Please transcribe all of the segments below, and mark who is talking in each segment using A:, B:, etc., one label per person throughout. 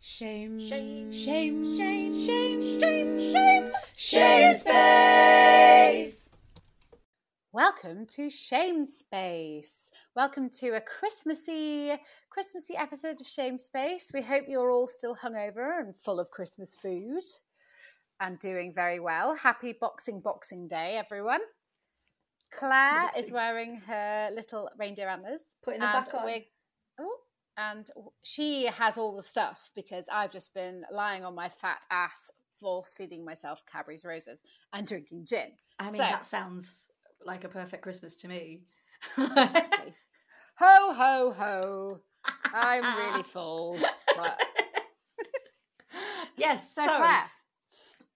A: Shame.
B: Shame.
A: Shame.
B: Shame, shame, shame, shame.
A: Shame Space. Welcome to Shame Space. Welcome to a Christmassy, Christmassy episode of Shame Space. We hope you're all still hungover and full of Christmas food and doing very well. Happy Boxing Boxing Day, everyone. Claire is
B: Boxing.
A: wearing her little reindeer antlers.
B: Putting them
A: and
B: back on.
A: we're- Oh, and w- she has all the stuff because I've just been lying on my fat ass, force feeding myself Cadbury's roses and drinking gin.
B: I mean,
A: So-
B: that sounds like a perfect Christmas to me.
A: Exactly. ho ho ho! I'm really full. But...
B: yes,
A: So, Claire,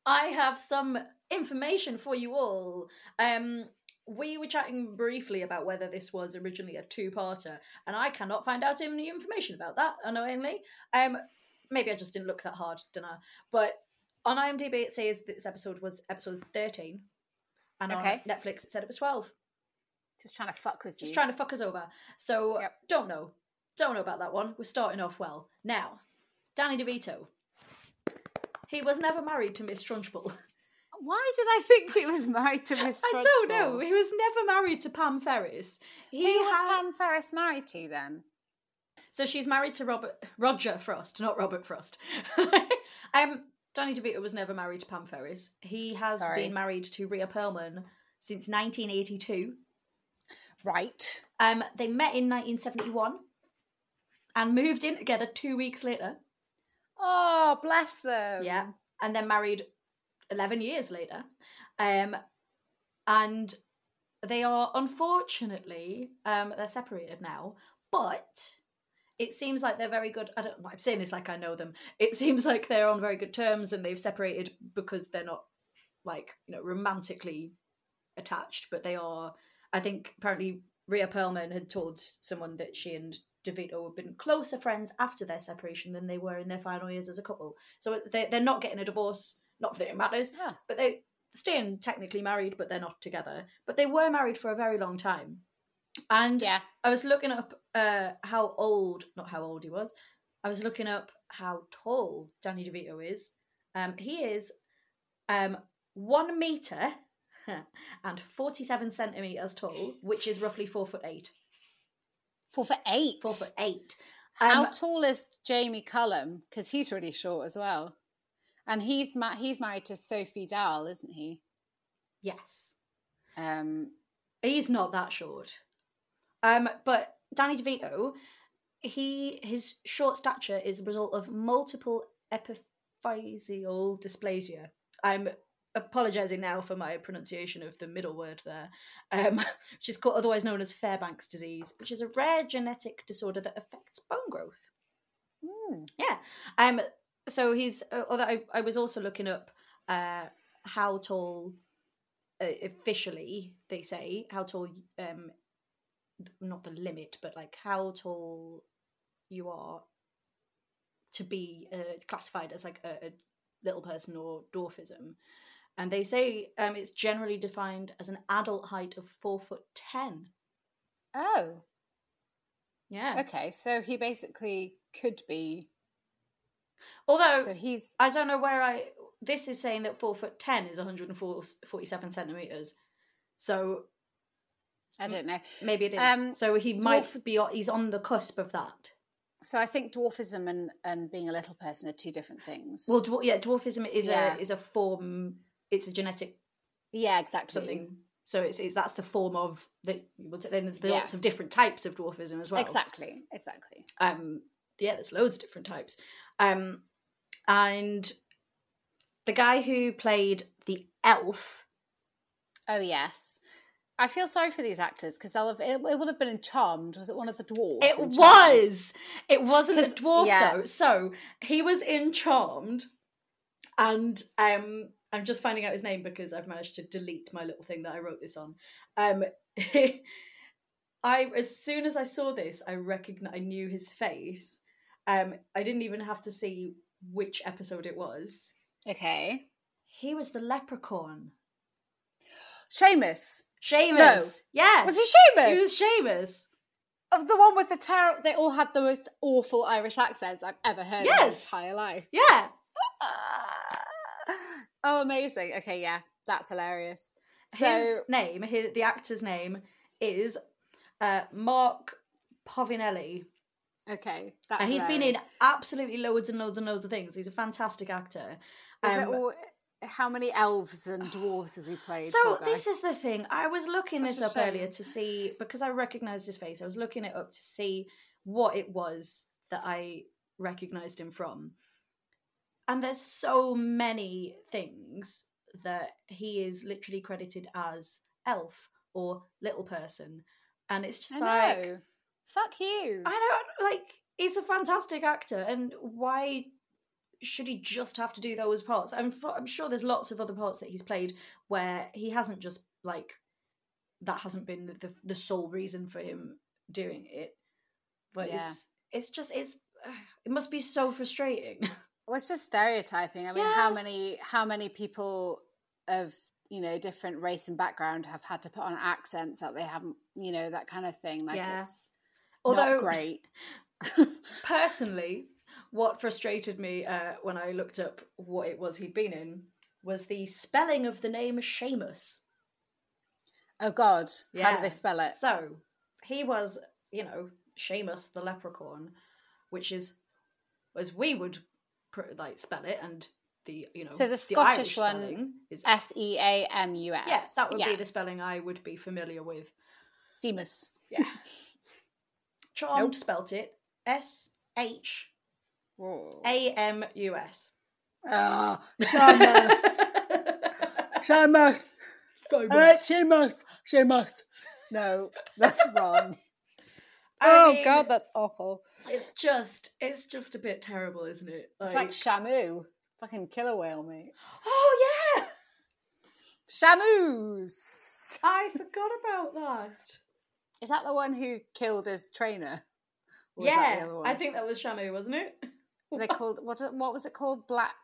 B: I have some information for you all. Um, we were chatting briefly about whether this was originally a two-parter, and I cannot find out any information about that, annoyingly. Um, maybe I just didn't look that hard, dunno. But on IMDb it says this episode was episode 13, and
A: Okay.
B: on Netflix it said it was 12.
A: just trying to fuck with
B: Just
A: you.
B: trying to fuck us over. So
A: Yep.
B: don't know. Don't know about that one. We're starting off well. Now, Danny DeVito. He was never married to Miss Trunchbull.
A: Why did I think he was married to Miss?
B: I don't know.
A: Trunchbull?
B: He was never married to Pam Ferris. He
A: Who was
B: had-
A: Pam Ferris married to then?
B: So she's married to Robert Roger Frost, not Robert Frost. um, Danny DeVito was never married to Pam Ferris. He has
A: Sorry.
B: been married to Rhea Perlman since 1982.
A: Right.
B: Um, they met in 1971 and moved in together two weeks later.
A: Oh, bless them.
B: Yeah. Um, And then married 11 years later. Um, and they are unfortunately, um, they're separated now, but it seems like they're very good. I don't I'm saying this like I know them. It seems like they're on very good terms and they've separated because they're not like, you know, romantically attached, but they are, I think apparently Rhea Perlman had told someone that she and DeVito had been closer friends after their separation than they were in their final years as a couple. So they're, they're not getting a divorce. Not that it matters,
A: Yeah.
B: but they're staying technically married, but they're not together. But they were married for a very long time. And
A: Yeah.
B: I was looking up uh, how old, not how old he was, I was looking up how tall Danny DeVito is. Um, he is um, one meter and 47 centimeters tall, which is roughly four foot eight.
A: Four for eight.
B: Four foot eight.
A: How
B: Um,
A: tall is Jamie Cullum? Because he's really short as well, and he's ma- he's married to Sophie Dahl, isn't he?
B: yes.
A: Um,
B: He's not that short. Um, but Danny DeVito, he his short stature is the result of multiple epiphyseal dysplasia. I'm apologizing now for my pronunciation of the middle word there, um, which is called, otherwise known as Fairbanks disease, which is a rare genetic disorder that affects bone growth.
A: hmm.
B: Yeah. Um. So he's. uh, Although I, I was also looking up, uh, how tall, uh, officially they say how tall. Um, not the limit, but like how tall you are to be uh, classified as like a, a little person or dwarfism, and they say um it's generally defined as an adult height of four foot ten.
A: Oh,
B: Yeah.
A: okay. So he basically could be.
B: Although
A: So he's
B: I don't know where I. This is saying that four foot ten is 147 centimeters, so
A: I don't know.
B: maybe it is.
A: Um,
B: so he might be. o- He's on the cusp of that.
A: So I think dwarfism and and being a little person are two different things.
B: Well, dwar- yeah, dwarfism is
A: Yeah.
B: a is a form. It's a genetic
A: yeah, exactly.
B: something. So it's, it's that's the form of that. Well, then there's
A: Yeah.
B: lots of different types of dwarfism as well.
A: Exactly, exactly.
B: um yeah there's loads of different types um and the guy who played the elf
A: Oh yes. I feel sorry for these actors because they'll have it, it would have been in Charmed. Was it one of the dwarves?
B: It
A: in Charmed?
B: was. It wasn't a
A: 'Cause-
B: dwarf
A: yeah.
B: though. So he was in Charmed, and um, I'm just finding out his name because I've managed to delete my little thing that I wrote this on. Um, I as soon as I saw this, I recognized, I knew his face. Um, I didn't even have to see which episode it was.
A: Okay.
B: He was the leprechaun.
A: Seamus.
B: Seamus.
A: No.
B: Yeah.
A: Was he Seamus?
B: He was Seamus.
A: Of the one with the terrible, they all had the most awful Irish accents I've ever heard in my
B: Yes.
A: entire life.
B: Yeah.
A: oh, amazing. Okay, yeah, that's hilarious. So,
B: his name, his, the actor's name is uh, Mark Povinelli.
A: okay, that's
B: and he's been in
A: hilarious.
B: absolutely loads and loads and loads of things. He's a fantastic actor.
A: Is it
B: Um,
A: all, how many elves and dwarves has he played?
B: so
A: poor guy?
B: this is the thing. I was looking
A: Such
B: this
A: a
B: up
A: shame.
B: earlier to see because I recognised his face. I was looking it up to see what it was that I recognised him from. And there's so many things that he is literally credited as elf or little person, and it's just
A: I
B: like
A: know. Fuck you.
B: I don't like. He's a fantastic actor, and why should he just have to do those parts? I'm f- I'm sure there's lots of other parts that he's played where he hasn't just like that hasn't been the the, the sole reason for him doing it. But
A: Yeah.
B: it's it's just it's it must be so frustrating.
A: Well, it's just stereotyping. I mean,
B: Yeah.
A: how many how many people of you know different race and background have had to put on accents that they haven't, you know, that kind of thing. Like
B: Yeah.
A: it's
B: Although
A: not great.
B: personally, what frustrated me uh, when I looked up what it was he'd been in was the spelling of the name Seamus.
A: oh God, how do
B: Yeah.
A: they spell it?
B: So he was, you know, Seamus the leprechaun, which is as we would pr- like spell it, and the you know
A: So the
B: Irish
A: Scottish one-
B: spelling is
A: S E A M U S.
B: yes, that would be the spelling I would be familiar with.
A: Seamus.
B: Yeah, charmed
A: Nope.
B: spelt it S H
A: Whoa.
B: A M U S.
A: Ah, Seamus. Seamus. Uh, Seamus. Seamus. No, that's wrong.
B: I mean,
A: that's awful.
B: it's just it's just a bit terrible, isn't it?
A: It's like Shamu. Fucking killer whale, mate.
B: oh yeah,
A: Shamus.
B: I forgot about that.
A: Is that the one who killed his trainer? Or was that the
B: Yeah,
A: other
B: I
A: one?
B: think that was Shamu, wasn't it?
A: they called what? What was it called? Black.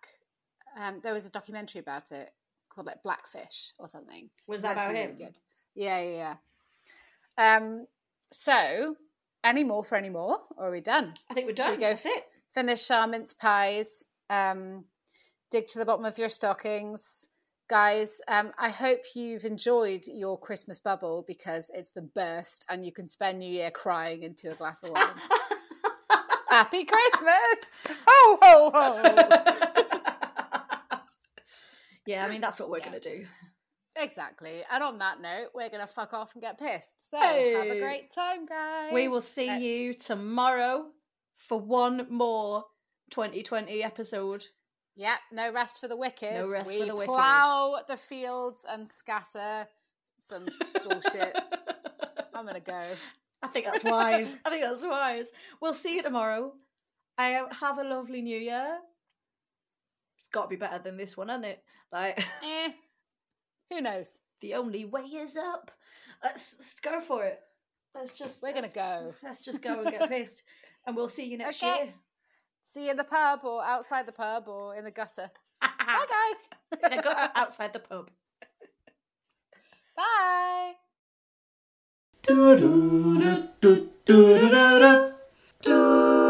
A: Um, there was a documentary about it called like Blackfish or something.
B: Was
A: It's
B: that about
A: actually
B: him?
A: really good. Yeah, yeah, yeah. Um, so any more for any more, or are we done?
B: I think we're
A: Should
B: done.
A: we go?
B: That's it.
A: Finish our mince pies. Um, dig to the bottom of your stockings. Guys, um, I hope you've enjoyed your Christmas bubble because it's been burst and you can spend New Year crying into a glass of wine. Happy Christmas! Ho, ho,
B: Oh.
A: ho!
B: yeah, I mean that's what we're
A: Yeah.
B: gonna do.
A: Exactly. And on that note, we're going to fuck off and get pissed. So have a
B: Hey.
A: great time, guys.
B: We will see
A: Uh,
B: you tomorrow for one more 2020 episode.
A: Yep. No rest for the wicked.
B: No rest for
A: we
B: the wicked.
A: plow the fields and scatter some bullshit. I'm going to go.
B: I think that's wise. I think that's wise. We'll see you tomorrow. I uh, have a lovely new year. It's got to be better than this one, hasn't it? Like.
A: Eh. Who knows?
B: the only way is up. Let's, let's go for it. Let's just
A: We're gonna
B: let's-
A: go.
B: Let's just go and get pissed, and we'll see you next
A: Okay.
B: year.
A: See you in the pub or outside the pub or in the gutter. Bye, guys.
B: I got outside the pub.
A: Bye.
C: Do do do do do do do do.